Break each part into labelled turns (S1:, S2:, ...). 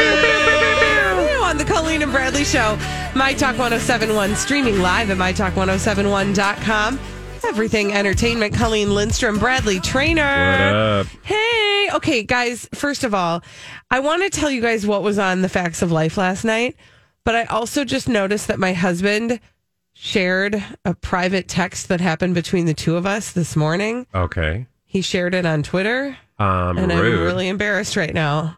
S1: Friday on the Colleen and Bradley Show. My Talk 1071 streaming live at mytalk1071.com. Everything Entertainment. Colleen Lindstrom, Bradley Trainer. Hey, okay, guys. First of all, I want to tell you guys what was on the Facts of Life last night, but I also just noticed that my husband shared a private text that happened between the two of us this morning.
S2: Okay.
S1: He shared it on Twitter.
S2: Um,
S1: and
S2: rude.
S1: I'm really embarrassed right now.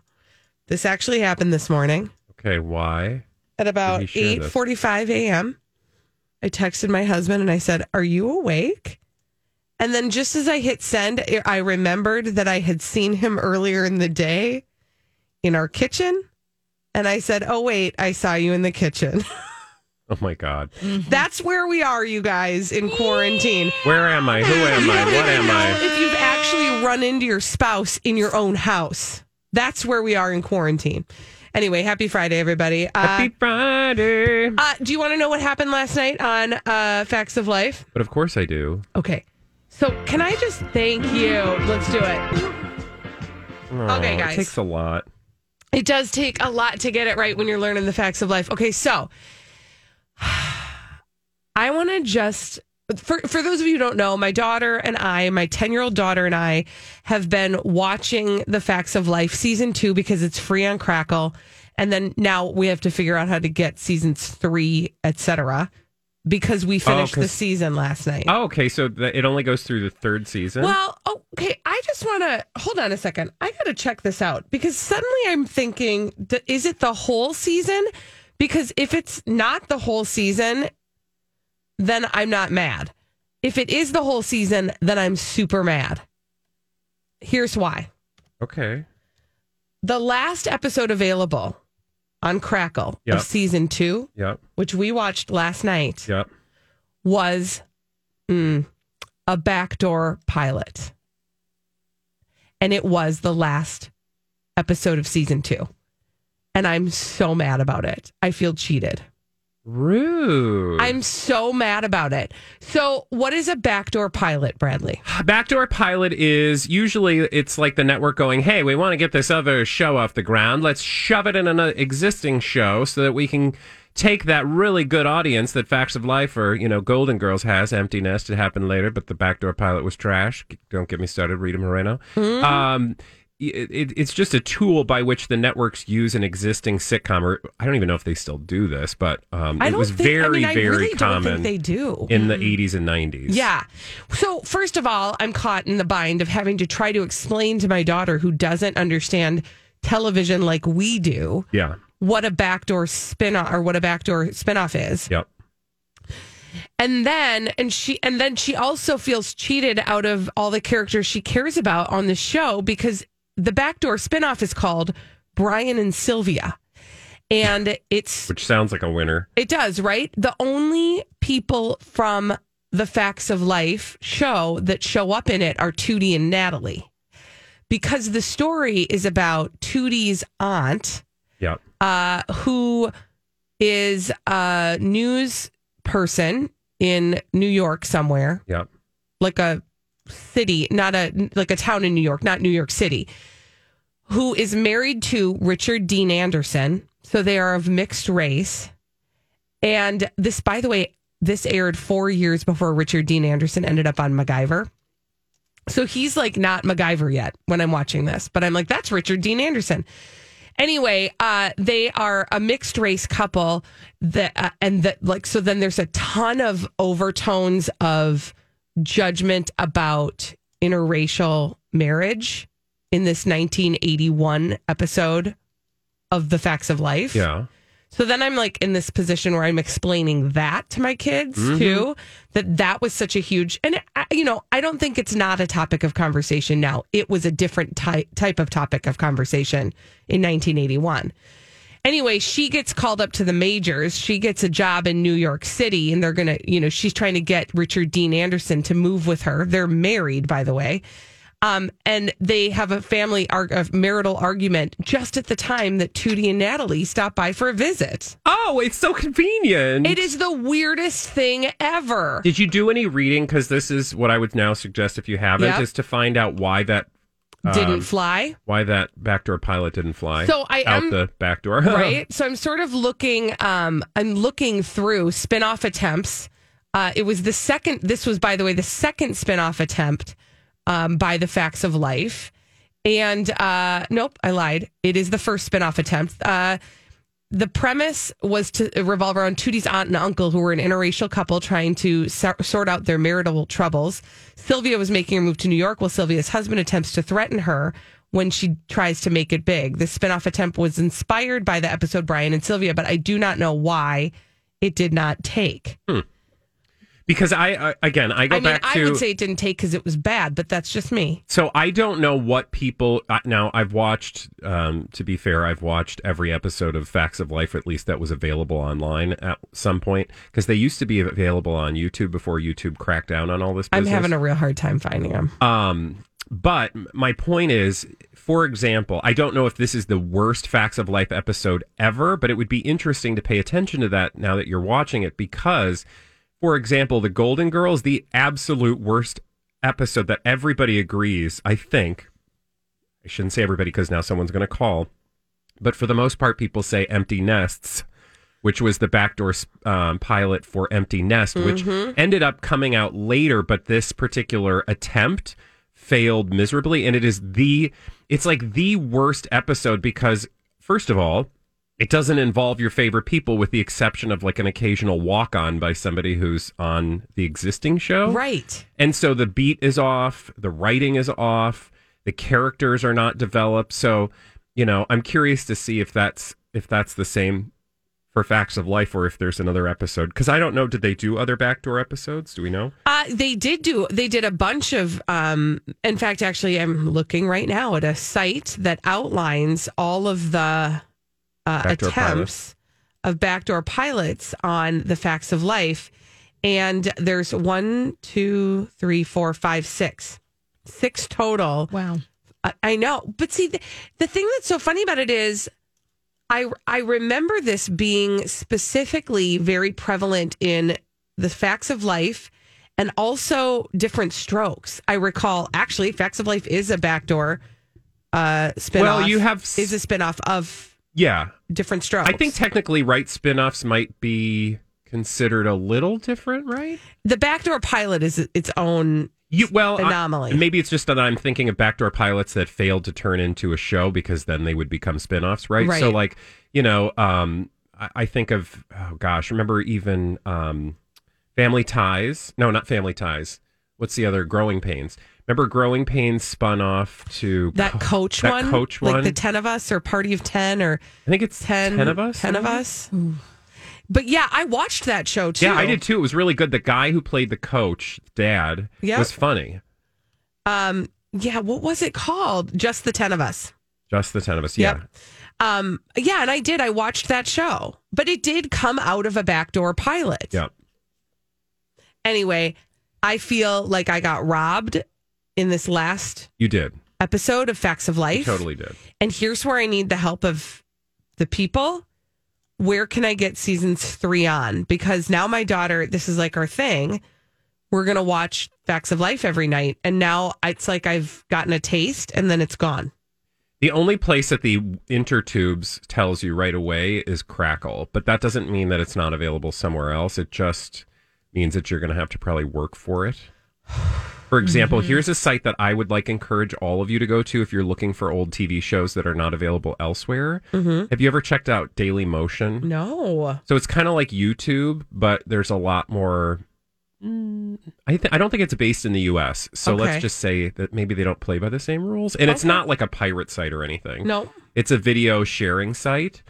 S1: This actually happened this morning
S2: okay, why?
S1: at about
S2: Did he share this?
S1: 8:45 a.m. I texted my husband and I said, "Are you awake?" And then just as I hit send, I remembered that I had seen him earlier in the day in our kitchen, and I said, "Oh wait, I saw you in the kitchen."
S2: Oh my God.
S1: That's where we are, you guys, in quarantine.
S2: Where am I? Who am I? What am I?
S1: if you've actually run into your spouse in your own house. That's where we are in quarantine. Anyway, happy Friday, everybody. Uh,
S2: Happy Friday.
S1: uh, do you want to know what happened last night on uh, Facts of Life?
S2: But of course I do.
S1: Okay. So, can I just thank you? Let's do it.
S2: Aw,
S1: Okay, guys.
S2: It takes a lot.
S1: It does take a lot to get it right when you're learning the facts of life. Okay, so I want to just for for those of you who don't know, my daughter and I, my 10-year-old daughter and I have been watching The Facts of Life season 2 because it's free on Crackle and then now we have to figure out how to get seasons 3, etc. because we finished the
S2: 'cause-
S1: season last night.
S2: Oh, okay. So the, it only goes through the third season.
S1: Well, okay. I just want to hold on a second. I got to check this out because suddenly I'm thinking, d- is it the whole season? Because if it's not the whole season, then I'm not mad. If it is the whole season, then I'm super mad. Here's why
S2: okay.
S1: the last episode available on Crackle
S2: Yeah.
S1: of season two,
S2: Yep.
S1: which we watched last night,
S2: Yep.
S1: was mm, a backdoor pilot. And it was the last episode of season two. And I'm so mad about it. I feel cheated.
S2: Rude.
S1: I'm so mad about it. So, what is a backdoor pilot, Bradley?
S2: Backdoor pilot is usually it's like the network going, "Hey, we want to get this other show off the ground. Let's shove it in an uh, existing show so that we can take that really good audience that Facts of Life or you know Golden Girls has. Empty Nest it happened later, but the Backdoor pilot was trash. Don't get me started, Rita Moreno.
S1: Mm-hmm.
S2: Um, it, it, it's just a tool by which the networks use an existing sitcom, or I don't even know if they still do this, but um,
S1: I
S2: it
S1: don't
S2: was
S1: think, I
S2: very,
S1: mean, I
S2: very
S1: really
S2: common
S1: Don't think they do.
S2: in the 80s and 90s.
S1: Yeah. So, first of all, I'm caught in the bind of having to try to explain to my daughter who doesn't understand television like we do
S2: yeah,
S1: what a backdoor spin-off or what a backdoor spinoff is.
S2: yep.
S1: And then and she and then she also feels cheated out of all the characters she cares about on the show because the backdoor spinoff is called Brian and Sylvia. And it's
S2: Which sounds like a winner.
S1: it does, right? The only people from the Facts of Life show that show up in it are Tootie and Natalie. Because the story is about Tootie's aunt,
S2: Yep.
S1: uh, who is a news person in New York somewhere,
S2: Yep.
S1: like a city, not a like a town in New York, not New York City, who is married to Richard Dean Anderson. So they are of mixed race. And this, by the way, this aired four years before Richard Dean Anderson ended up on MacGyver. So he's like not MacGyver yet when I'm watching this, but I'm like, that's Richard Dean Anderson. Anyway, uh, they are a mixed race couple that, uh, and that like so. Then there's a ton of overtones of judgment about interracial marriage in this 1981 episode of The Facts of Life.
S2: Yeah.
S1: So then I'm like in this position where I'm explaining that to my kids too, that that was such a huge, and I, you know, I don't think it's not a topic of conversation now. It was a different type type of topic of conversation in 1981. Anyway, she gets called up to the majors. She gets a job in New York City, and they're gonna, you know, she's trying to get Richard Dean Anderson to move with her. They're married, by the way. Um, and they have a family arg- a marital argument just at the time that Tootie and Natalie stop by for a visit.
S2: Oh, it's so convenient.
S1: It is the weirdest thing ever.
S2: Did you do any reading? Because this is what I would now suggest if you haven't,
S1: Yep.
S2: is to find out why that
S1: Didn't fly.
S2: why that backdoor pilot didn't fly.
S1: So I
S2: out
S1: am-
S2: the back door,
S1: right? So I'm sort of looking, um, I'm looking through spin-off attempts. Uh, it was the second, this was, by the way, the second spin-off attempt um, by The Facts of Life. And uh, nope, I lied. It is the first spin-off attempt. Uh, the premise was to revolve around Tootie's aunt and uncle, who were an interracial couple trying to so- sort out their marital troubles. Sylvia was making her move to New York while Sylvia's husband attempts to threaten her when she tries to make it big. The spinoff attempt was inspired by the episode Brian and Sylvia, but I do not know why it did not take.
S2: Because I, I again, I go
S1: I mean,
S2: Mm, back
S1: I
S2: to
S1: would say it didn't take because it was bad, but that's just me.
S2: So I don't know what people uh, now. I've watched. Um, to be fair, I've watched every episode of Facts of Life, at least that was available online at some point, because they used to be available on YouTube before YouTube cracked down on all this.
S1: I'm
S2: Business.
S1: having a real hard time finding them.
S2: Um, but my point is, for example, I don't know if this is the worst Facts of Life episode ever, but it would be interesting to pay attention to that now that you're watching it because, for example, The Golden Girls, the absolute worst episode that everybody agrees, I think. I shouldn't say everybody because now someone's going to call. But for the most part, people say empty nests, which was the backdoor um, pilot for Empty Nest, which ended up coming out later. But this particular attempt failed miserably, and it is the it's like the worst episode because first of all, it doesn't involve your favorite people, with the exception of like an occasional walk on by somebody who's on the existing show,
S1: Right.
S2: and so the beat is off, the writing is off, the characters are not developed. So, you know, I'm curious to see if that's if that's the same for Facts of Life or if there's another episode because I don't know. Did they do other backdoor episodes? Do we know?
S1: Uh, they did do. They did a bunch of. Um, in fact, actually, I'm looking right now at a site that outlines all of the uh,
S2: Backdoor
S1: attempts of backdoor pilots on the facts of life, and there's one, two, three, four, five, six, six total.
S3: Wow.
S1: I- I know, but see, the, the thing that's so funny about it is, I I remember this being specifically very prevalent in the Facts of Life, and also Different Strokes. I recall actually, Facts of Life is a backdoor uh, spinoff.
S2: Well, you have s-
S1: is a spinoff of
S2: Yeah,
S1: Different Strokes.
S2: I think technically, right spin-offs might be considered a little different, right?
S1: the backdoor pilot is its own.
S2: You, well, I-
S1: Anomaly.
S2: maybe it's just that I'm thinking of backdoor pilots that failed to turn into a show because then they would become spin-offs, right? So,
S1: Right.
S2: like, you know, um, I, I think of oh gosh, remember even um, Family Ties? No, not Family Ties. What's the other? Growing Pains. Remember, Growing Pains spun off to Oh,
S1: That coach
S2: that
S1: one,
S2: Coach
S1: like
S2: one.
S1: the ten of us, or party of ten, or
S2: I think it's
S1: 10,
S2: of us. Mm-hmm.
S1: 10 of us. But yeah, I watched that show too.
S2: Yeah, I did too. It was really good. The guy who played the coach, Dad,
S1: Yep.
S2: was funny.
S1: Um, yeah, what was it called? Just the 10 of us.
S2: Just the ten of us. Yeah.
S1: Yep. Um, yeah, and I did. I watched that show, but it did come out of a backdoor pilot.
S2: Yeah.
S1: Anyway, I feel like I got robbed in this last
S2: You did.
S1: episode of Facts of
S2: You
S1: Life.
S2: totally did.
S1: And here's where I need the help of the people. Where can I get seasons three on? Because now my daughter, this is like our thing. We're going to watch Facts of Life every night. And now it's like I've gotten a taste and then it's gone.
S2: The only place that the intertubes tells you right away is Crackle, but that doesn't mean that it's not available somewhere else. It just means that you're going to have to probably work for it. For example, here's a site that I would like encourage all of you to go to if you're looking for old TV shows that are not available elsewhere.
S1: Mm-hmm.
S2: Have you ever checked out Daily
S1: Mm.
S2: Motion?
S1: No.
S2: So it's kind of like YouTube, but there's a lot more. I th- I don't think it's based in the U.S. So
S1: Okay.
S2: let's just say that maybe they don't play by the same rules, and it's not like a pirate site or anything.
S1: No.
S2: it's a video sharing site,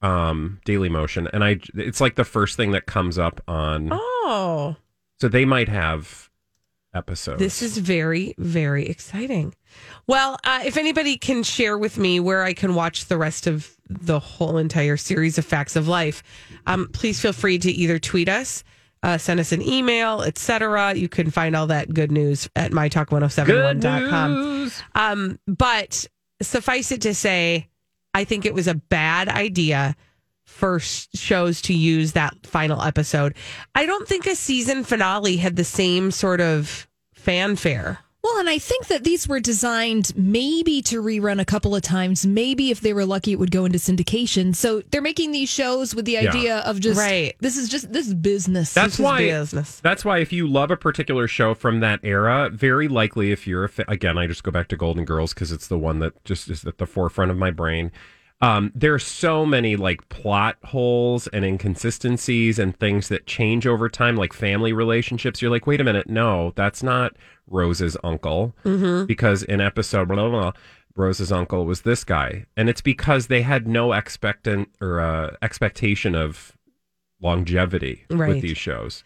S2: um, Dailymotion, and I it's like the first thing that comes up on.
S1: Oh.
S2: So they might have episodes.
S1: This is very, very exciting. Well, uh, if anybody can share with me where I can watch the rest of the whole entire series of Facts of Life, um, please feel free to either tweet us, uh, send us an email, etc. You can find all that good news at
S2: good
S1: mytalk1071.com.
S2: news.
S1: Um, but suffice it to say, I think it was a bad idea for s- shows to use that final episode. I don't think a season finale had the same sort of fanfare.
S3: Well, and I think that these were designed maybe to rerun a couple of times. Maybe if they were lucky, it would go into syndication. So they're making these shows with the
S2: Yeah.
S3: idea of just
S1: Right.
S3: this is just this is business.
S2: That's
S1: This is
S2: why.
S1: business.
S2: That's why if you love a particular show from that era, very likely if you're a fa- again, I just go back to Golden Girls because it's the one that just is at the forefront of my brain. Um, there are so many like plot holes and inconsistencies and things that change over time, like family relationships. You're like, wait a minute, no, that's not Rose's uncle because in episode blah blah. blah Rose's uncle was this guy, and it's because they had no expectant or uh, expectation of longevity
S1: Right.
S2: with these shows.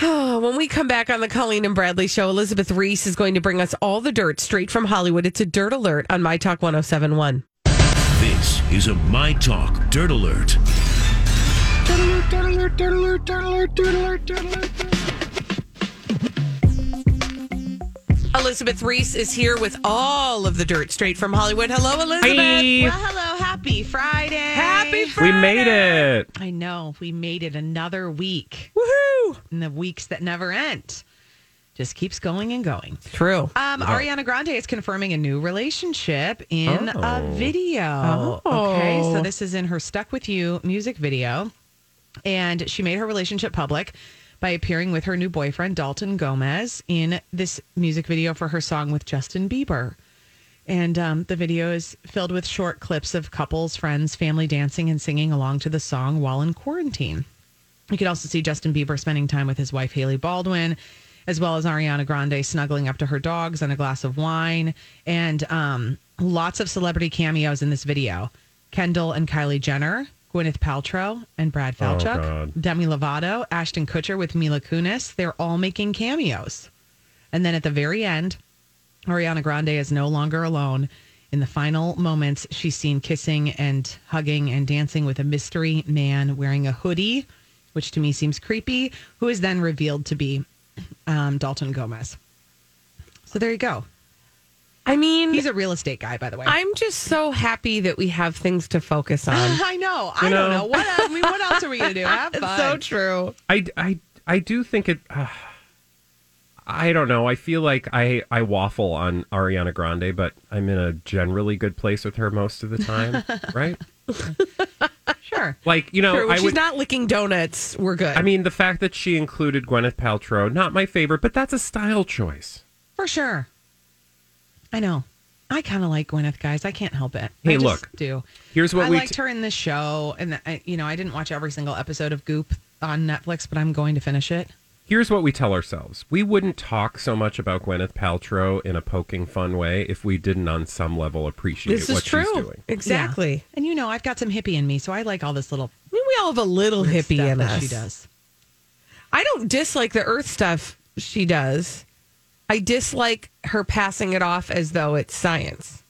S1: Oh, when we come back on the Colleen and Bradley show, Elizabeth Reese is going to bring us all the dirt straight from Hollywood. It's a dirt alert on My Talk 1071.
S4: This is a My Talk Dirt Alert.
S1: Elizabeth Reese is here with all of the dirt straight from Hollywood. Hello, Elizabeth.
S2: Hey.
S5: Well, hello, happy Friday.
S1: Happy Friday.
S2: We made it.
S5: I know we made it another week
S1: Woohoo.
S5: and the weeks that never end. Just keeps going and going.
S1: True.
S5: Um, Ariana Grande is confirming a new relationship in
S2: Oh.
S5: a video.
S1: Oh.
S5: Okay, so this is in her Stuck With You music video. And she made her relationship public by appearing with her new boyfriend, Dalton Gomez, in this music video for her song with Justin Bieber. And um, the video is filled with short clips of couples, friends, family dancing and singing along to the song while in quarantine. You could also see Justin Bieber spending time with his wife, Haley Baldwin, as well as Ariana Grande snuggling up to her dogs and a glass of wine, and um, lots of celebrity cameos in this video. Kendall and Kylie Jenner, Gwyneth Paltrow and Brad Falchuk,
S2: God.
S5: Demi Lovato, Ashton Kutcher with Mila Kunis. They're all making cameos. And then at the very end, Ariana Grande is no longer alone. In the final moments, she's seen kissing and hugging and dancing with a mystery man wearing a hoodie, which to me seems creepy, who is then revealed to be um, Dalton Gomez. So there you go.
S1: I mean,
S5: He's a real estate guy, by the way.
S1: I'm just so happy that we have things to focus on.
S5: I know. I
S2: know.
S5: don't know. What, I mean, what else are we going to do? Have fun.
S1: true.
S2: I, I, I do think it. Uh, I don't know. I feel like I, I waffle on Ariana Grande, but I'm in a generally good place with her most of the time, right?
S5: Sure.
S2: Like you know,
S1: True. When
S2: I
S1: she's
S2: would.
S1: not licking donuts, we're good.
S2: I mean, the fact that she included Gwyneth Paltrow, not my favorite, but that's a style choice.
S5: For sure. I know. I kind of like Gwyneth, guys. I can't help it.
S2: Hey,
S5: I just
S2: look.
S5: Do.
S2: Here's what
S5: I
S2: we
S5: liked
S2: t-
S5: her in this show, and I, you know, I didn't watch every single episode of Goop on Netflix, but I'm going to finish it.
S2: here's what we tell ourselves: we wouldn't talk so much about Gwyneth Paltrow in a poking fun way if we didn't, on some level, appreciate
S1: this
S2: what
S1: is true.
S2: she's doing.
S1: Exactly.
S5: Yeah. And you know, I've got some hippie in me, so I like all this little
S1: I mean, we all have a little hippie
S5: stuff
S1: in
S5: that
S1: us.
S5: she does.
S1: I don't dislike the earth stuff she does. I dislike her passing it off as though it's science.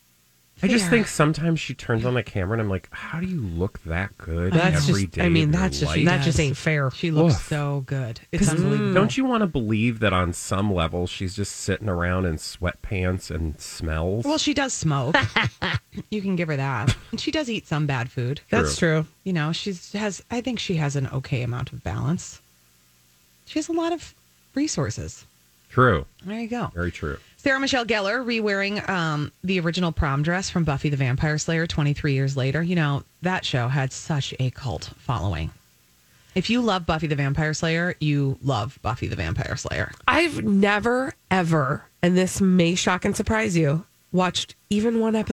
S2: I just think sometimes she turns on the camera and I'm like, how do you look that good
S1: That's
S2: every
S1: just.
S2: day
S1: I mean,
S2: of your
S1: that's just
S2: life?
S1: that just ain't fair.
S5: She looks
S2: Oof.
S5: so good. It's unbelievable.
S2: Don't you want to believe that on some level she's just sitting around in sweatpants and smells?
S5: Well, she does smoke. you can give her that. And she does eat some bad food.
S1: That's true.
S5: You know, she's has. I think she has an okay amount of balance. She has a lot of resources.
S2: true,
S5: There you go.
S2: very true.
S5: Sarah Michelle Gellar re-wearing um, the original prom dress from Buffy the Vampire Slayer 23 years later. You know, that show had such a cult following. If you love Buffy the Vampire Slayer, you love Buffy the Vampire Slayer.
S1: I've never, ever, and this may shock and surprise you, watched even one episode.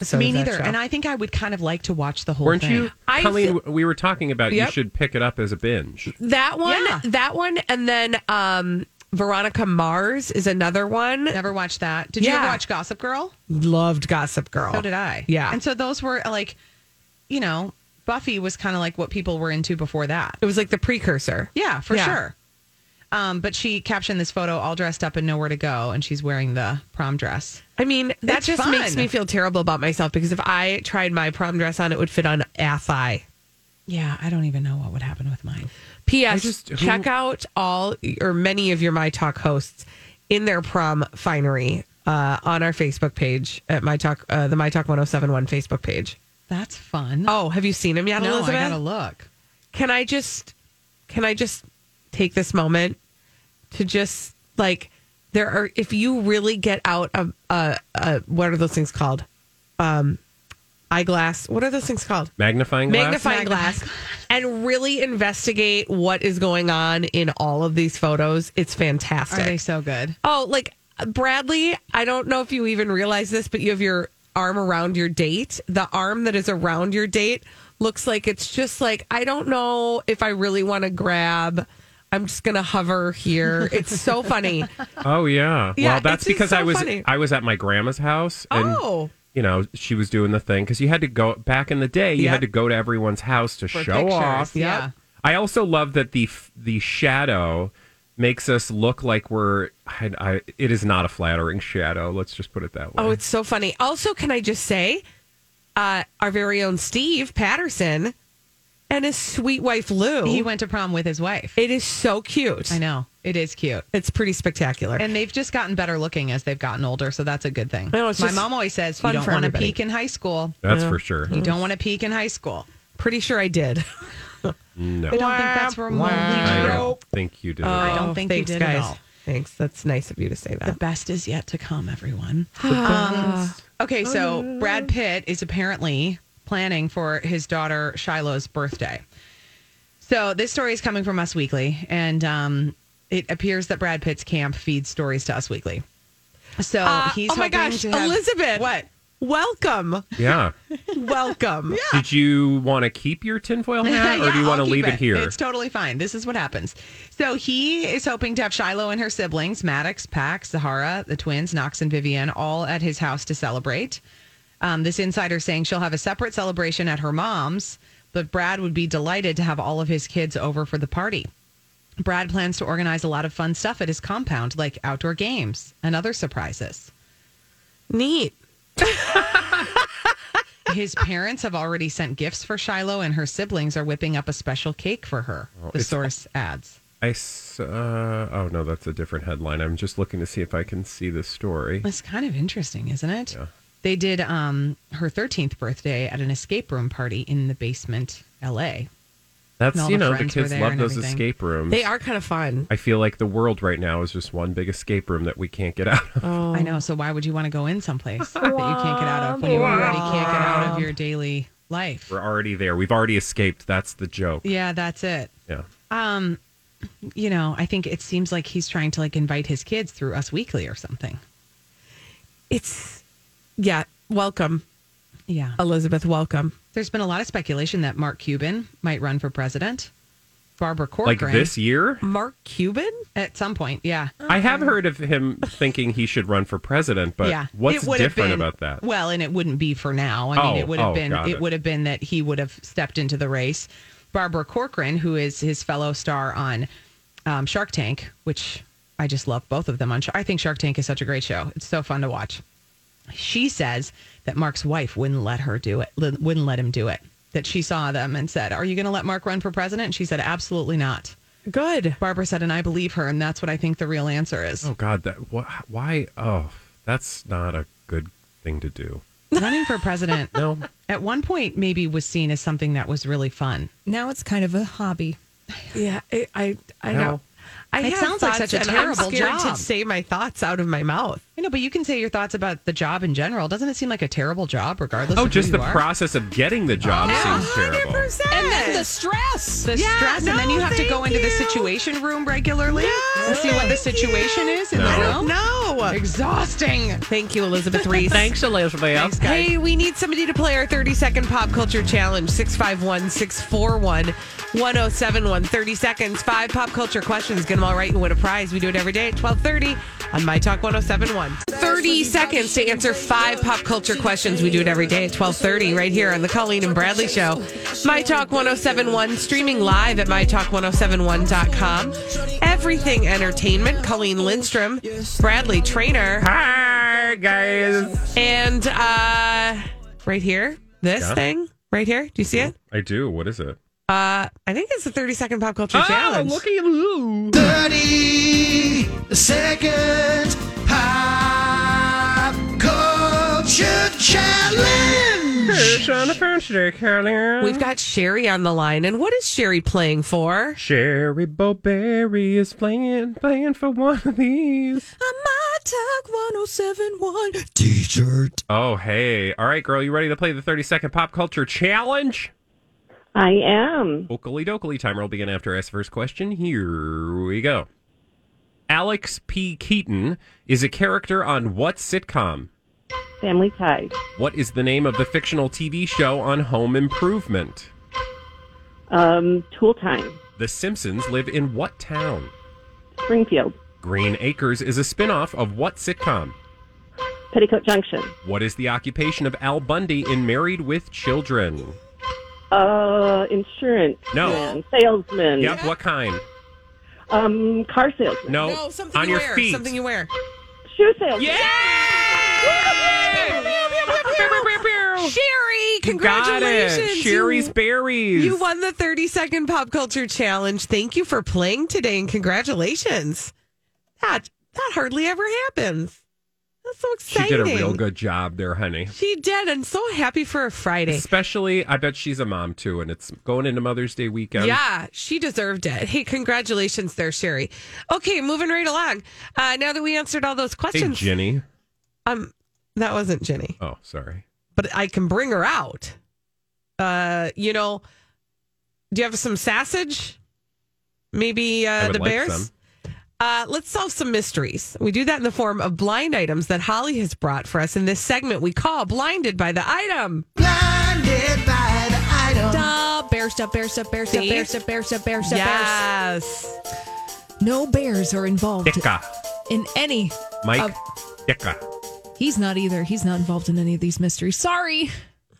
S1: episode
S5: Me
S1: of that
S5: neither.
S1: show.
S5: And I think I would kind of like to watch the whole
S2: Weren't
S5: thing.
S2: you,
S1: I
S2: Colleen?
S1: feel-
S2: w we were talking about
S1: Yep.
S2: you should pick it up as a binge.
S1: that one,
S5: Yeah.
S1: that one, and then um, Veronica Mars is another one.
S5: Never watched that. Did you
S1: Yeah.
S5: ever watch Gossip Girl?
S1: Loved Gossip Girl.
S5: So did I.
S1: Yeah.
S5: And so those were like, you know, Buffy was kind of like what people were into before that.
S1: It was like the precursor.
S5: Yeah, for
S1: Yeah.
S5: sure. Um, but she captioned this photo all dressed up and nowhere to go, and she's wearing the prom dress.
S1: I mean, that
S5: It's
S1: just
S5: fun.
S1: makes me feel terrible about myself because if I tried my prom dress on, it would fit on ass eye.
S5: Yeah, I don't even know what would happen with mine.
S1: P.S.
S2: just- who-
S1: check out all or many of your My Talk hosts in their prom finery uh, on our Facebook page at My Talk, uh, the My Talk 1071 Facebook page.
S5: That's fun.
S1: Oh, have you seen him yet,
S5: no,
S1: Elizabeth?
S5: I gotta look.
S1: can I just can I just take this moment to just like there are if you really get out a a, a what are those things called um eyeglass what are those things called
S2: Magnifying glass.
S1: magnifying glass and really investigate what is going on in all of these photos it's
S5: Are
S1: fantastic
S5: they so good?
S1: oh like Bradley I don't know if you even realize this but you have your arm around your date the arm that is around your date looks like it's just like I don't know if I really want to grab I'm just gonna hover here it's so funny
S2: Oh yeah.
S1: Yeah,
S2: well, that's
S1: it's just
S2: because
S1: so
S2: I was
S1: funny.
S2: I was at my grandma's house and
S1: Oh.
S2: you know, she was doing the thing cuz you had to go back in the day, you
S1: Yep.
S2: had to go to everyone's house to show
S5: pictures,
S2: off.
S5: yeah.
S2: I also love that the f- the shadow makes us look like we're I, I, it is not a flattering shadow. Let's just put it that way.
S1: Oh, it's so funny. Also, can I just say, uh, our very own Steve Patterson and his sweet wife Lou.
S5: He went to prom with his wife.
S1: it is so cute.
S5: I know. It is cute.
S1: It's pretty spectacular.
S5: And they've just gotten better looking as they've gotten older, so that's a good thing.
S1: No, it's
S5: My
S1: just
S5: mom always says you
S1: fun
S5: don't
S1: for
S5: want to
S1: everybody.
S5: peak in high school.
S2: That's for sure.
S5: You don't want to peak in high school.
S1: pretty sure I did.
S2: No.
S5: I don't think that's remotely
S2: I
S5: true.
S2: don't think you did.
S5: I don't think
S1: Thanks,
S5: you did
S1: guys.
S5: at all.
S1: Thanks. That's nice of you to say
S5: The
S1: that. Ah.
S5: best is yet to come, everyone. Um, okay,
S1: Oh,
S5: so Brad Pitt is apparently planning for his daughter Shiloh's birthday. So this story is coming from Us Weekly, and um, it appears that Brad Pitt's camp feeds stories to Us Weekly. So
S1: Uh,
S5: he's
S1: oh my
S5: hoping
S1: gosh,
S5: to have-
S1: Elizabeth.
S5: What?
S1: Welcome.
S2: yeah.
S1: Welcome.
S2: Did you want to keep your tinfoil hat or
S5: Yeah,
S2: do you want
S5: I'll
S2: to
S5: keep
S2: leave it, here?
S5: It's totally fine. This is what happens. So he is hoping to have Shiloh and her siblings, Maddox, Pax, Zahara, the twins, Knox, and Vivian, all at his house to celebrate. Um, this insider is saying she'll have a separate celebration at her mom's, but Brad would be delighted to have all of his kids over for the party. Brad plans to organize a lot of fun stuff at his compound, like outdoor games and other surprises.
S1: Neat.
S5: His parents have already sent gifts for Shiloh, and her siblings are whipping up a special cake for her. The
S2: it's-
S5: source adds.
S2: I s- uh, oh no, that's a different headline. I'm just looking to see if I can see this story.
S5: That's kind of interesting, isn't it? They did um, her 13th birthday at an escape room party in the basement, LA. and
S2: That's
S5: all
S2: you
S5: the
S2: know the
S5: friends were
S2: kids
S5: there
S2: love
S5: and
S2: those
S5: everything.
S2: escape rooms.
S1: They are kind of fun.
S2: I feel like the world right now is just one big escape room that we can't get out of.
S5: I know. So why would you want to go in someplace that you can't get out of when you already can't get out of your daily life?
S2: We're already there. We've already escaped. That's the joke.
S5: Yeah, that's it.
S2: Yeah.
S5: You know, I think it seems like he's trying to like invite his kids through Us Weekly or something.
S1: It's yeah. Welcome,
S5: Yeah.
S1: Elizabeth. Welcome.
S5: There's been a lot of speculation that Mark Cuban might run for president. Barbara
S2: like
S5: Corcoran.
S2: this year.
S1: Mark Cuban?
S5: At some point, yeah.
S2: I have heard of him thinking he should run for president, but
S5: yeah.
S2: what's
S5: It would have
S2: different
S5: been-
S2: about that?
S5: Well, and it wouldn't be for now. I mean,
S2: Oh,
S5: it would have
S2: oh,
S5: been
S2: got
S5: it.
S2: it.
S5: would have been that he would have stepped into the race. Barbara Corcoran, who is his fellow star on um, Shark Tank, which I just love both of them on. Sh- I think Shark Tank is such a great show. It's so fun to watch. She says that Mark's wife wouldn't let her do it. li- Wouldn't let him do it. That she saw them and said, "Are you going to let Mark run for president?" And she said, "Absolutely not."
S1: Good.
S5: Barbara said, and I believe her, and that's what I think the real answer is.
S2: oh God, that wha why? Oh, that's not a good thing to do.
S5: Running for president
S2: No,
S5: at one point maybe was seen as something that was really fun.
S3: Now it's kind of a hobby.
S1: Yeah, I I, I
S2: No.
S1: know. I
S5: It
S1: have
S5: sounds like
S1: thoughts,
S5: such a
S1: and
S5: terrible
S1: I'm scared
S5: job.
S1: to say my thoughts out of my mouth.
S5: You know, but you can say your thoughts about the job in general. Doesn't it seem like a terrible job, regardless?
S2: Oh,
S5: of
S2: just
S5: who
S2: the
S5: you are? Oh,
S2: process of getting the job seems terrible.
S3: And then the stress.
S5: the
S1: Yeah,
S5: stress, and then
S1: no,
S5: you have to go
S1: thank
S5: into the
S1: you.
S5: situation room regularly to see what the situation is. And
S2: No.
S5: you
S2: I
S5: know?
S2: don't
S1: No.
S5: exhausting.
S1: Thank you, Elizabeth Reese.
S2: Elizabeth.
S5: Thanks, guys.
S1: Hey, we need somebody to play our 30 second pop culture challenge 651 641 1071. 30 seconds, five pop culture questions. Get them all right and win a prize. We do it every day at 1230 on My Talk 1071. 30 seconds to answer five pop culture questions. We do it every day at 1230 right here on The Colleen and Bradley Show. My Talk 1071, streaming live at MyTalk1071.com. Everything Entertainment, Colleen Lindstrom, Bradley Trainer.
S2: Hi, guys.
S1: And uh right here, this
S2: Yeah.
S1: thing right here. Do you see it?
S2: I do. What is it? Oh,
S1: Uh I think it's the 30 second pop culture challenge.
S2: at you.
S4: 30 second pop culture challenge.
S2: It's on the French Day, Carolyn.
S1: We've got Sherry on the line. And what is Sherry playing for?
S2: Sherry Boberry is playing, playing for one of these.
S3: My talk 1071.
S4: T-shirt.
S2: Oh, hey. All right, girl, you ready to play the 30 second pop culture challenge?
S6: I am.
S2: Oakley dokley timer will begin after I ask the first question. Here we go. Alex P. Keaton is a character on what sitcom?
S6: Family Ties.
S2: What is the name of the fictional TV show on Home Improvement?
S6: Um, tool time.
S2: The Simpsons live in what town?
S6: Springfield.
S2: Green Acres is a spin off of what sitcom?
S6: Petticoat Junction.
S2: What is the occupation of Al Bundy in Married with Children?
S6: Uh, insurance.
S2: No.
S6: man. Salesman.
S2: Yep, what kind?
S6: Um, car salesman.
S2: No,
S1: No, something
S2: Oh, on
S1: you
S2: your
S1: wear.
S2: feet.
S1: Something you wear.
S6: Shoe salesman.
S1: Oh.
S2: Yay!
S1: Sherry,
S2: You Got
S1: congratulations.
S2: it. Sherry's
S1: You-
S2: berries.
S1: you won the 30 second pop culture challenge. Thank you for playing today and congratulations. That that hardly ever happens. That's so
S2: she
S1: exciting.
S2: did a real good job there, honey.
S1: She did. I'm so happy for a Friday.
S2: Especially, I bet she's a mom too, and it's going into Mother's Day weekend.
S1: Yeah, she deserved it. Hey, congratulations there, Sherry. Okay, moving right along. Uh, now that we answered all those
S2: Hey,
S1: questions,
S2: Ginny.
S1: um, that wasn't Jenny,
S2: Oh, sorry.
S1: but I can bring her out. Uh, you know, do you have some sausage? Maybe
S2: I
S1: uh,
S2: would
S1: the
S2: like
S1: Bears.
S2: some.
S1: Uh, let's solve some mysteries. We do that in the form of blind items that Holly has brought for us in this segment we call "Blinded by the Item."
S4: Blinded by the item.
S3: Duh, bear stuff, bear stuff, bear stuff,
S1: See?
S3: bear stuff, bear stuff, bear stuff, bear
S1: Yes.
S3: stuff. No bears are involved
S2: Dicka.
S3: in any.
S2: Mike.
S1: Uh,
S2: Dicka.
S3: He's not either. He's not involved in any of these mysteries. Sorry.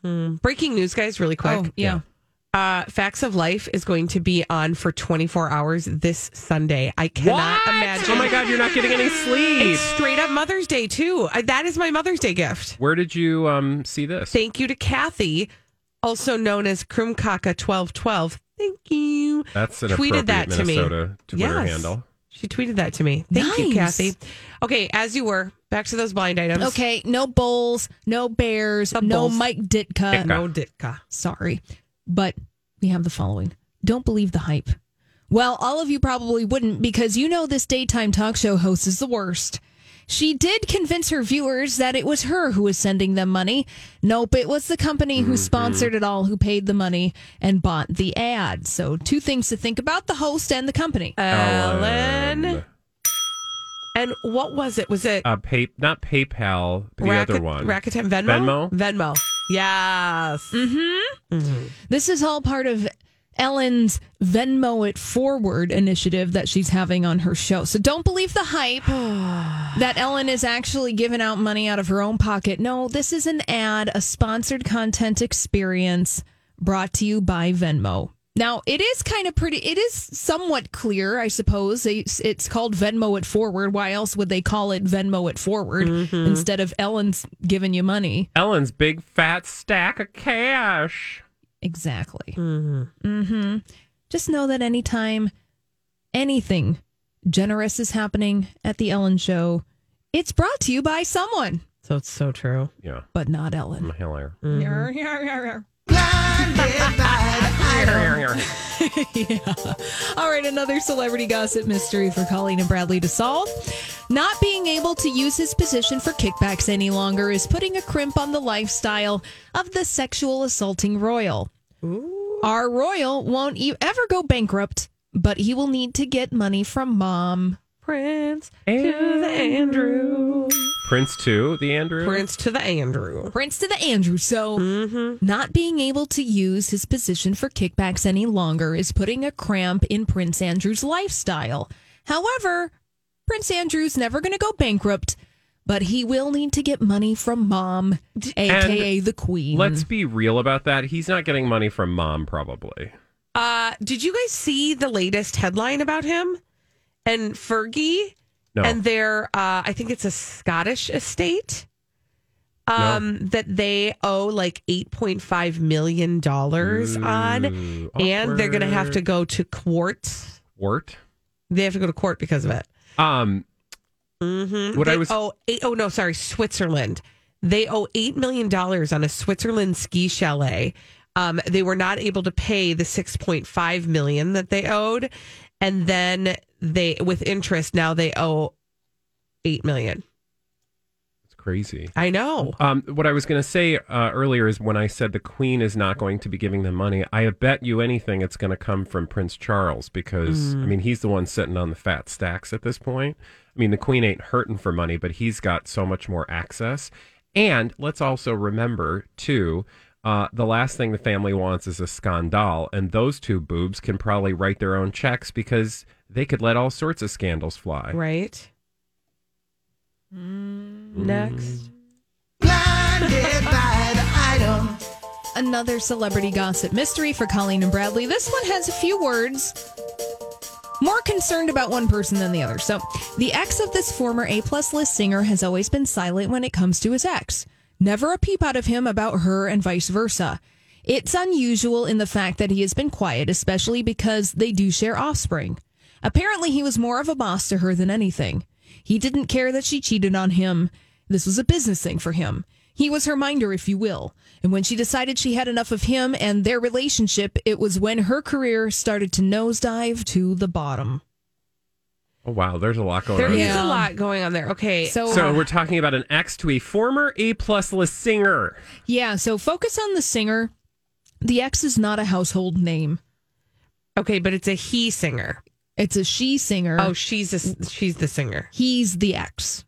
S1: Breaking news, guys! Really quick.
S3: Oh, yeah.
S1: Uh, Facts of Life is going to be on for 24 hours this Sunday. I cannot imagine.
S2: Oh my God, you're not getting any sleep.
S1: It's straight up Mother's Day, too. I, that is my Mother's Day gift.
S2: Where did you um see this?
S1: Thank you to Kathy, also known as Krumkaka1212. Thank you.
S2: That's an
S1: tweeted
S2: appropriate
S1: that to me.
S2: Minnesota Twitter
S1: Yes.
S2: handle.
S1: She tweeted that to me. Thank you,
S3: Nice.
S1: Kathy. Okay, as you were, back to those blind items.
S3: Okay, no bulls, no bears,
S1: The
S3: no
S1: bulls.
S3: Mike Ditka.
S2: Ditka.
S1: Uh, No ditka.
S3: Sorry. But we have the following Don't believe the hype. Well, all of you probably wouldn't because you know this daytime talk show host is the worst. She did convince her viewers that it was her who was sending them money. Nope, it was the company who sponsored it all who paid the money and bought the ad. So, two things to think about the host and the company.
S2: Uh, Oh.
S1: Ellen. And what was it? Was it
S2: Uh, pay, not PayPal, but the
S1: Racket-
S2: other one.
S1: Rakuten Venmo?
S2: Venmo?
S5: Mm.
S1: Venmo. Yes.
S3: This is all part of Ellen's Venmo It Forward initiative that she's having on her show. So don't believe the hype that Ellen is actually giving out money out of her own pocket. No, this is an ad, a sponsored content experience brought to you by Venmo. Now, it is kind of pretty, it is somewhat clear, I suppose. It's, it's called Venmo It Forward. Why else would they call it Venmo It Forward
S2: Mhm.
S3: instead of Ellen's giving you money?
S2: Ellen's big fat stack of cash.
S3: Exactly. Mm-hmm. Just know that anytime anything generous is happening at the Ellen Show, it's brought to you by someone,
S5: So it's so true.
S2: Yeah.
S3: but not Ellen.
S2: I'm a hiller.
S3: Yar, yar, yar, yar. yeah. All right, another celebrity gossip mystery for Colleen and Bradley to solve. Not being able to use his position for kickbacks any longer is putting a crimp on the lifestyle of the sexual assaulting royal. Our royal won't e- ever go bankrupt, but he will need to get money from mom.
S5: Prince to the Andrew.
S2: Prince two, the Andrew.
S1: Prince to the Andrew.
S3: Prince to the Andrew. So, not being able to use his position for kickbacks any longer is putting a cramp in Prince Andrew's lifestyle. However, Prince Andrew's never going to go bankrupt, but he will need to get money from mom, aka the queen.
S2: Let's be real about that. He's not getting money from mom, probably.
S1: Uh, did you guys see the latest headline about him and Fergie
S2: No.
S1: and their? Uh, I think it's a Scottish estate. Um, that they owe like eight point five million dollars on,
S2: Ooh,
S1: and they're gonna have to
S2: awkward.
S1: go to court.
S2: Wort.
S1: They have to go to court because of it.
S2: Um,
S1: Mm-hmm.
S2: What
S1: they
S2: I was-
S1: owe eight, oh no, sorry, Switzerland. They owe eight million dollars on a Switzerland ski chalet. Um, they were not able to pay the six point five million that they owed, and then they, with interest, now they owe eight million.
S2: it's crazy.
S1: I know.
S2: Um, what I was going to say uh, earlier is when I said the Queen is not going to be giving them money, I bet you anything it's going to come from Prince Charles
S1: Mm.
S2: because, I mean, he's the one sitting on the fat stacks at this point. I mean, the Queen ain't hurting for money, but he's got so much more access. And let's also remember, too, uh, the last thing the family wants is a scandal. And those two boobs can probably write their own checks because they could let all sorts of scandals fly.
S1: Right.
S3: Mm.
S2: Mm.
S1: Next.
S3: Another celebrity gossip mystery for Colleen and Bradley. This one has a few words. More concerned about one person than the other. So, the ex of this former A plus list singer has always been silent when it comes to his ex. Never a peep out of him about her and vice versa. It's unusual in the fact that he has been quiet, especially because they do share offspring. Apparently, he was more of a boss to her than anything. He didn't care that she cheated on him. This was a business thing for him. He was her minder, if you will. And when she decided she had enough of him and their relationship, it was when her career started to nosedive to the bottom.
S2: Oh, wow. There's a lot going
S1: There
S2: on.
S1: is
S3: Yeah.
S1: a lot going on there. Okay.
S3: So,
S2: So we're talking about an ex to a former A plus list singer.
S3: yeah, so focus on the singer. The ex is not a household name.
S1: okay, but it's a he singer.
S3: It's a she singer.
S1: Oh, she's a, she's the singer.
S3: he's the ex.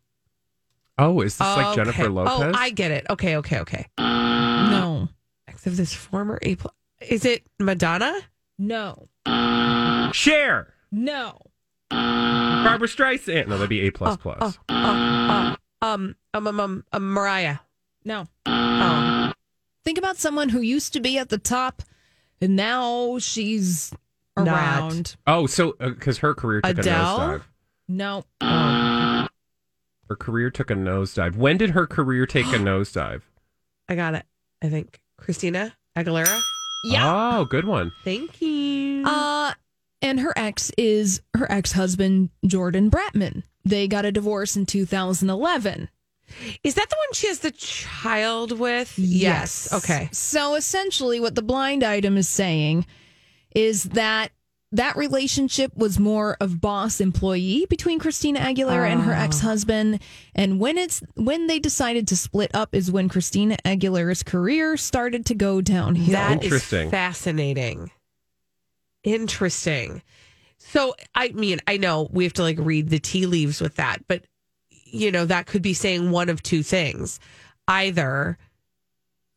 S2: Oh, is this like
S1: Okay.
S2: Jennifer Lopez?
S1: Oh, I get it. Okay, okay, okay.
S3: No.
S1: Ex of this former A plus. Is it Madonna?
S3: No.
S2: Cher,
S3: No.
S2: Barbara Streisand. No, that'd be A plus
S1: Oh,
S2: plus.
S1: Uh, Um, um, um, um, um Mariah.
S3: No.
S1: Oh,
S3: Think about someone who used to be at the top and now she's
S1: Not.
S3: around.
S2: Oh, so because her career took
S1: Adele?
S2: a nosedive.
S3: No.
S2: Her career took a nosedive. When did her career take a nosedive?
S1: I got it. I think Christina Aguilera.
S3: Yeah.
S2: Oh, good one.
S1: Thank you.
S3: Uh, and her ex is her ex husband, Jordan Bratman. They got a divorce in 2011.
S1: Is that the one she has the child with? Okay.
S3: So essentially, what the blind item is saying is that that relationship was more of boss employee between Christina Aguilera and
S1: Oh.
S3: her ex husband. And when it's when they decided to split up is when Christina Aguilera's career started to go downhill.
S1: That is
S2: Interesting.
S1: fascinating. Interesting. So, I mean, I know we have to like read the tea leaves with that, but you know, that could be saying one of two things. Either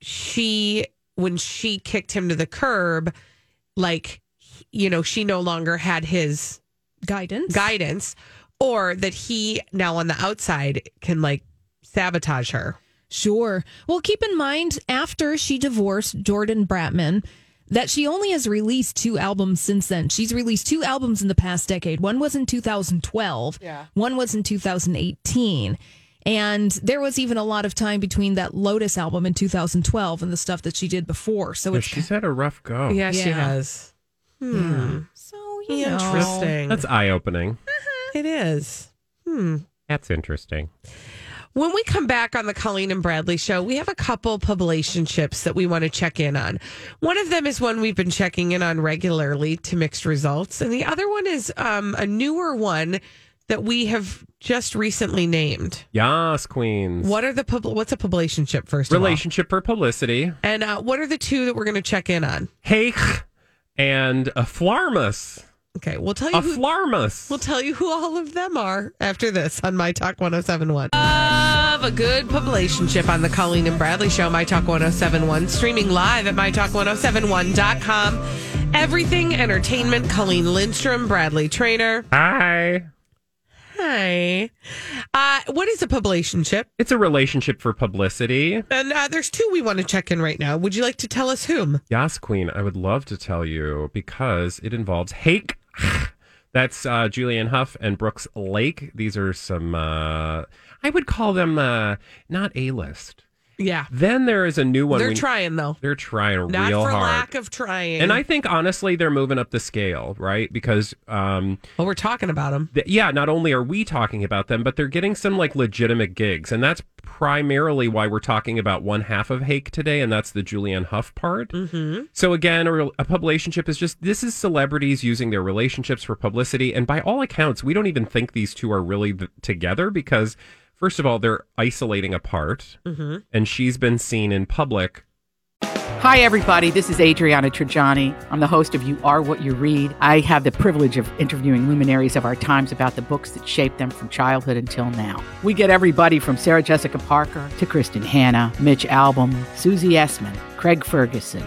S1: she, when she kicked him to the curb, like you know she no longer had his
S3: guidance.
S1: guidance or that he now on the outside can like sabotage her
S3: Sure. Well, keep in mind after she divorced Jordan Bratman that she only has released two albums since then. She's released two albums in the past decade. One was in 2012, yeah. one was in 2018. And there was even a lot of time between that Lotus album in 2012 and the stuff that she did before. So
S2: Yeah,
S3: it's
S2: she's had a rough go.
S1: yeah, she
S3: Yeah.
S1: has Hmm.
S3: so you know.
S1: interesting
S2: That's eye opening.
S1: it is
S2: That's interesting.
S1: When we come back on the Colleen and Bradley show, we have a couple publicationships that we want to check in on. One of them is one we've been checking in on regularly to mixed results, and the other one is um, a newer one that we have just recently named.
S2: Yas, queens.
S1: What are the pub- what's a publicationship first?
S2: relationship or publicity?
S1: of all? and uh, what are the two that we're going to check in on?
S2: Heich and a flarmus.
S1: Okay, we'll tell you
S2: A
S1: who
S2: flarmus.
S1: We'll tell you who all of them are after this on My Talk 1071. Of a good publicationship on the Colleen and Bradley Show, My Talk 1071, streaming live at MyTalk1071.com. Everything Entertainment, Colleen Lindstrom, Bradley Trainer.
S2: Hi.
S1: Hi. Uh, what is a publicationship?
S2: It's a relationship for publicity.
S1: And uh, there's two we want to check in right now. Would you like to tell us whom?
S2: Yas, queen. I would love to tell you because it involves Hake. That's uh, Julian Huff and Brooks Lake. These are some, uh, I would call them uh, not A list.
S1: Yeah.
S2: Then there is a new one.
S1: They're
S2: we-
S1: trying, though.
S2: They're trying
S1: Not
S2: real
S1: for
S2: hard.
S1: lack of trying.
S2: and I think honestly they're moving up the scale, right? Because um,
S1: Well, we're talking about them.
S2: th- yeah, not only are we talking about them, but they're getting some like legitimate gigs, and that's primarily why we're talking about one half of Hake today, and that's the Julianne Huff part. Mm-hmm. So again, a, rel- a publicationship is just this is celebrities using their relationships for publicity, and by all accounts, we don't even think these two are really th- together because. First of all, they're isolating apart, and she's been seen in public
S7: Hi, everybody. This is Adriana Trajani. I'm the host of You Are What You Read. I have the privilege of interviewing luminaries of our times about the books that shaped them from childhood until now. We get everybody from Sarah Jessica Parker to Kristen Hanna, Mitch Albom, Susie Essman, Craig Ferguson,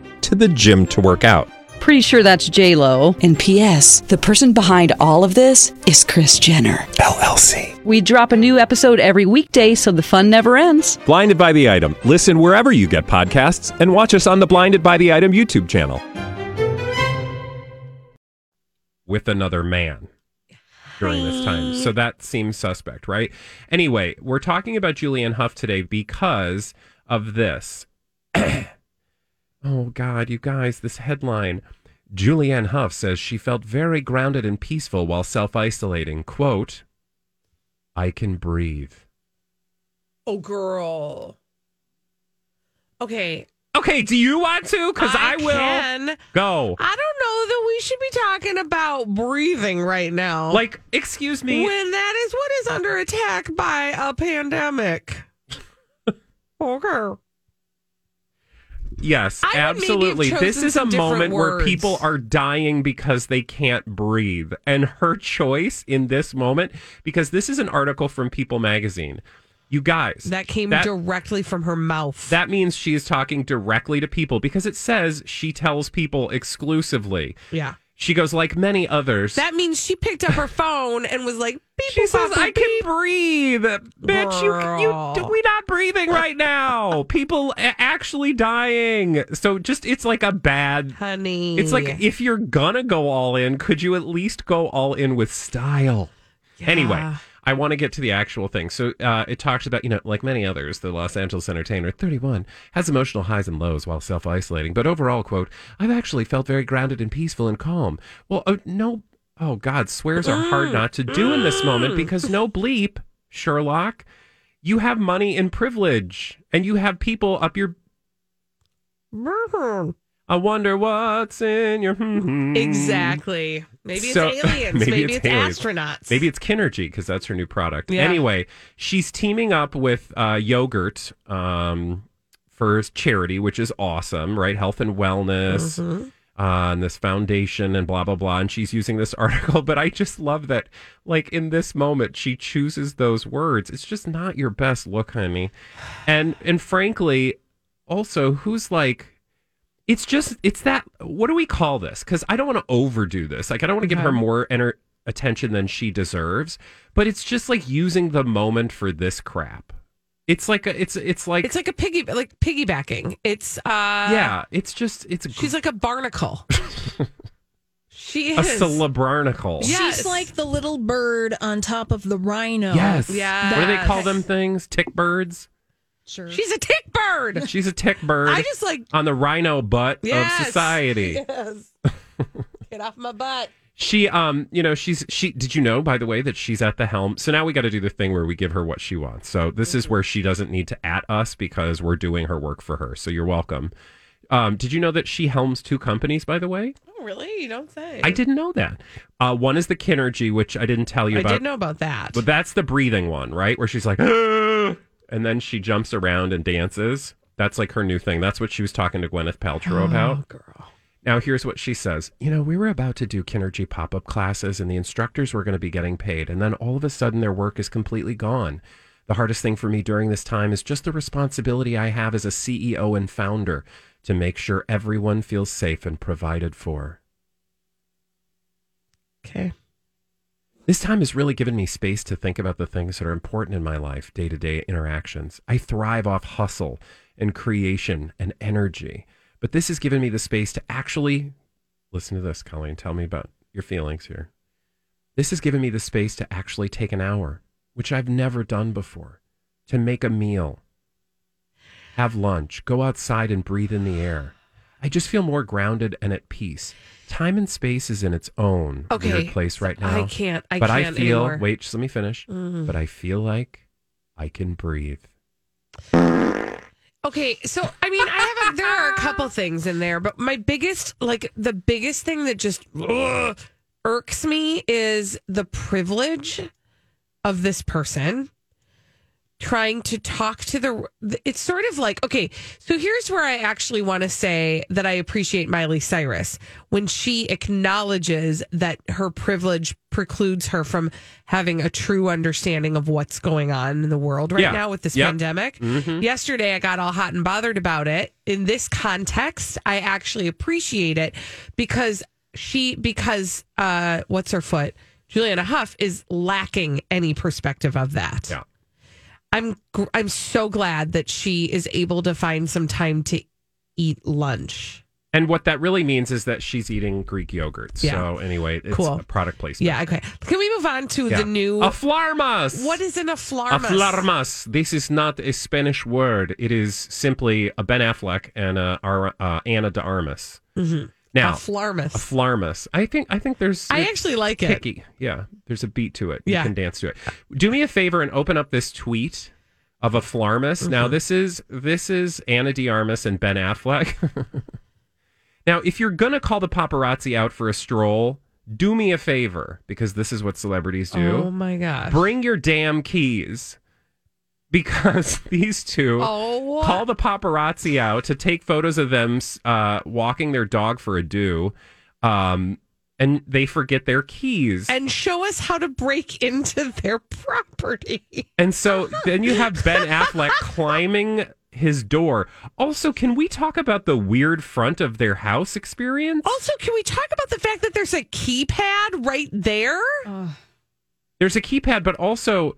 S8: to the gym to work out.
S9: Pretty sure that's J Lo. And P.S. The person behind all of this is Chris Jenner
S8: LLC.
S9: We drop a new episode every weekday, so the fun never ends.
S8: Blinded by the item. Listen wherever you get podcasts, and watch us on the Blinded by the Item YouTube channel.
S2: with another man during this time. So that seems suspect, right? Anyway, we're talking about Julianne Huff today because of this. oh, God, you guys, this headline. Julianne Huff says she felt very grounded and peaceful while self isolating. Quote, I can breathe.
S1: Oh, girl. Okay.
S2: Okay, do you want to? Because I, will.
S1: can-
S2: Go.
S1: I don't know that we should be talking about breathing right now.
S2: Like, excuse me.
S1: when that is what is under attack by a pandemic. okay.
S2: Yes,
S1: I would maybe have
S2: absolutely.
S1: chosen
S2: This is a
S1: some different
S2: moment where
S1: words.
S2: people are dying because they can't breathe. And her choice in this moment, because this is an article from People magazine. You guys,
S1: That came
S2: that,
S1: directly from her mouth.
S2: that means she is talking directly to people because it says she tells people exclusively.
S1: yeah.
S2: She goes, like many others.
S1: That means she picked up her phone and was like, beep,
S2: she
S1: boop,
S2: says,
S1: boop,
S2: "I
S1: beep.
S2: can breathe, bitch. You, you,
S1: Girl.
S2: we not breathing right now. People a- actually dying. So just, it's like a bad
S1: honey.
S2: It's like if you're gonna go all in, could you at least go all in with style? Anyway, I want to get to the actual thing. So uh, it talks about, you know, like many others, the Los Angeles entertainer, 31, has emotional highs and lows while self isolating. But overall, quote, I've actually felt very grounded and peaceful and calm. Well, uh, no, oh God, swears are hard not to do in this moment because no bleep, Sherlock, you have money and privilege and you have people up your
S1: Brrr.
S2: I wonder what's in your.
S1: Exactly. Maybe it's aliens. Maybe it's astronauts.
S2: Maybe it's Kinergy because that's her new product.
S1: Yeah.
S2: Anyway, she's teaming up with uh, yogurt um, for charity, which is awesome, right? Health and wellness.
S10: Mhm.
S2: uh, and this foundation and blah blah blah and she's using this article but i just love that like in this moment she chooses those words it's just not your best look honey and and frankly also who's like it's just it's that what do we call this because i don't want to overdo this like i don't want to give her
S11: Okay.
S2: more enter- attention than she deserves but it's just like using the moment for this crap it's like a, it's it's like
S1: It's like a piggy, like piggybacking. It's uh,
S2: yeah it's just it's a,
S1: She's like a barnacle. she
S2: a
S1: is.
S2: celebronicle
S3: She's like the little bird on top of the rhino.
S2: Yes. What do they call them things? Tick birds?
S3: Sure.
S1: She's a tick bird.
S2: She's a tick bird.
S1: I just like-
S2: on the rhino butt
S1: Yes.
S2: of society.
S1: Yes. Get off my butt.
S2: She um, you know, she's she did you know by the way that she's at the helm. So now we got to do the thing where we give her what she wants. So this is where she doesn't need to at us because we're doing her work for her. So you're welcome. Um, did you know that she helms two companies by the way?
S1: Oh, really? You don't say.
S2: I didn't know that. Uh, one is the Kinergy which I didn't tell you
S1: I
S2: about.
S1: did know about that.
S2: But that's the breathing one, right? Where she's like, "Ah," and then she jumps around and dances. That's like her new thing. That's what she was talking to Gwyneth Paltrow
S11: Oh,
S2: about. Girl. Now here's what she says. You know, we were about to do Kinergy pop-up classes, and the instructors were going to be getting paid, and then all of a sudden their work is completely gone. The hardest thing for me during this time is just the responsibility I have as a CEO and founder to make sure everyone feels safe and provided for.
S1: Okay.
S2: This time has really given me space to think about the things that are important in my life, day to day interactions. I thrive off hustle and creation and energy. But this has given me the space to actually listen to this, Colleen. Tell me about your feelings here. This has given me the space to actually take an hour, which I've never done before, to make a meal, have lunch, go outside and breathe in the air. I just feel more grounded and at peace. Time and space is in its own
S1: Okay.
S2: weird place right now.
S1: I can't- I
S2: but I
S1: can't
S2: feel.
S1: anymore.
S2: Wait, just let me finish.
S1: Mhm.
S2: But I feel like I can breathe.
S1: Okay, so I mean, I have a, there are a couple things in there, but my biggest, like the biggest thing that just ugh, irks me is the privilege of this person trying to talk to the. It's sort of like okay, so here's where I actually want to say that I appreciate Miley Cyrus when she acknowledges that her privilege precludes her from having a true understanding of what's going on in the world right
S11: Yeah.
S1: now with this
S11: Yep.
S1: pandemic.
S2: Mm-hmm.
S11: Mhm.
S1: Yesterday, I got all hot and bothered about it. In this context, I actually appreciate it because she, because uh, what's her foot? Juliana Huff is lacking any perspective of that. Yeah. I'm gr- I'm so glad that she is able to find some time to eat lunch.
S2: And what that really means is that she's eating Greek yogurt. So anyway, it's
S1: Cool.
S2: a product placement.
S1: Yeah, okay. Can we move on to
S2: Yeah.
S1: the new
S2: Aflarmas?
S1: What is an aflarmas?
S2: Aflarmas. This is not a Spanish word. It is simply a Ben Affleck and a, Ar- uh, Anna de Armas.
S1: Mhm.
S2: Now,
S1: Aflarmas.
S2: Aflarmas. I think I think there's.
S1: I
S2: it's
S1: actually like it.
S2: kicky. Yeah, there's a beat to it.
S1: Yeah.
S2: You can dance to it. Do me a favor and open up this tweet of Aflarmas. Now
S1: Mm-hmm.
S2: this is this is Anna de Armas and Ben Affleck. Now, if you're going to call the paparazzi out for a stroll, do me a favor because this is what celebrities do.
S1: Oh my gosh.
S2: Bring your damn keys because these two
S1: Oh.
S2: call the paparazzi out to take photos of them uh, walking their dog for a do. Um, and they forget their keys.
S1: and show us how to break into their property.
S2: And so then you have Ben Affleck climbing his door. Also, can we talk about the weird front of their house experience?
S1: Also, can we talk about the fact that there's a keypad right there?
S2: There's a keypad, but also,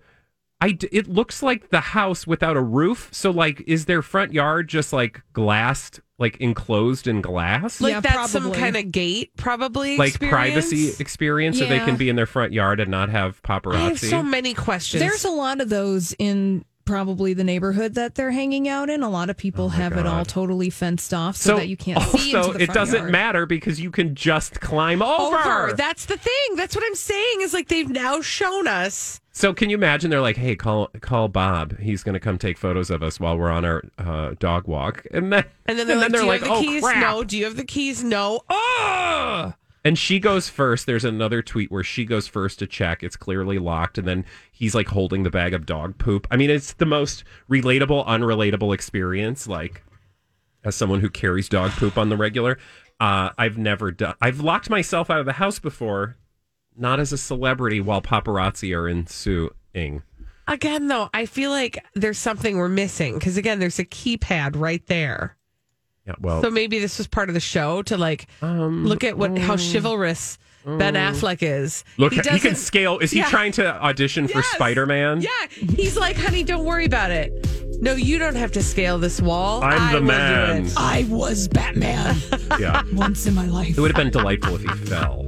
S2: I d- it looks like the house without a roof. So, like, is their front yard just like glassed, like enclosed in glass,
S1: Like that's some kind of gate, probably.
S2: like
S1: experience?
S2: privacy experience, so they
S3: Yeah.
S2: can be in their front yard and not have paparazzi?
S3: There's a lot of those in probably the neighborhood that they're hanging out in. A lot of people have it all totally fenced off so, that you can't
S2: also,
S3: see into the
S2: it
S3: front
S2: doesn't
S3: yard.
S2: matter because you can just climb over.
S1: That's the thing. That's what I'm saying is like they've now shown us.
S2: so can you imagine? They're like, "Hey, call call Bob. He's going to come take photos of us while we're on our uh, dog walk." And then
S1: And then they're like, do you have
S2: "Oh
S1: the keys?
S2: crap!"
S1: No. Do you have the keys? No. Oh!
S2: And she goes first. There's another tweet where she goes first to check. It's clearly locked, and then he's like holding the bag of dog poop. I mean, it's the most relatable, unrelatable experience. Like, as someone who carries dog poop on the regular, uh, I've never done. I've locked myself out of the house before, not as a celebrity, while paparazzi are ensuing.
S1: Again, though, I feel like there's something we're missing because, again, there's a keypad right there.
S2: Yeah, well,
S1: So maybe this was part of the show to like
S2: Um,
S1: look at what how chivalrous Ben Affleck is.
S2: look, he, can
S1: doesn't-
S2: scale. Is he
S1: Yeah.
S2: trying to audition for Spider Man?
S1: Yeah, he's like, honey, don't worry about it. No, you don't have to scale this wall.
S2: I'm
S1: I
S2: the
S1: will do
S2: man."
S1: it."
S2: I
S1: was Batman.
S2: yeah.
S3: Once in my life.
S2: It would have been delightful if he fell.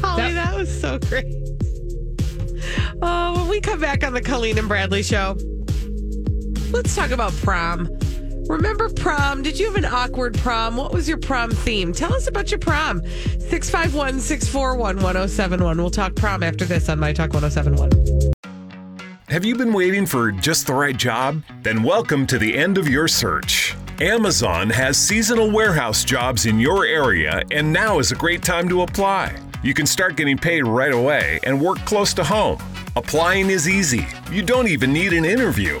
S1: Holly, that, was so great. Oh, when we come back on the Colleen and Bradley show, let's talk about prom. Remember prom? Did you have an awkward prom? What was your prom theme? Tell us about your prom. 651 641 1071. We'll talk prom after this on My Talk 1071.
S12: Have you been waiting for just the right job? Then welcome to the end of your search. Amazon has seasonal warehouse jobs in your area, and now is a great time to apply. You can start getting paid right away and work close to home. Applying is easy, you don't even need an interview.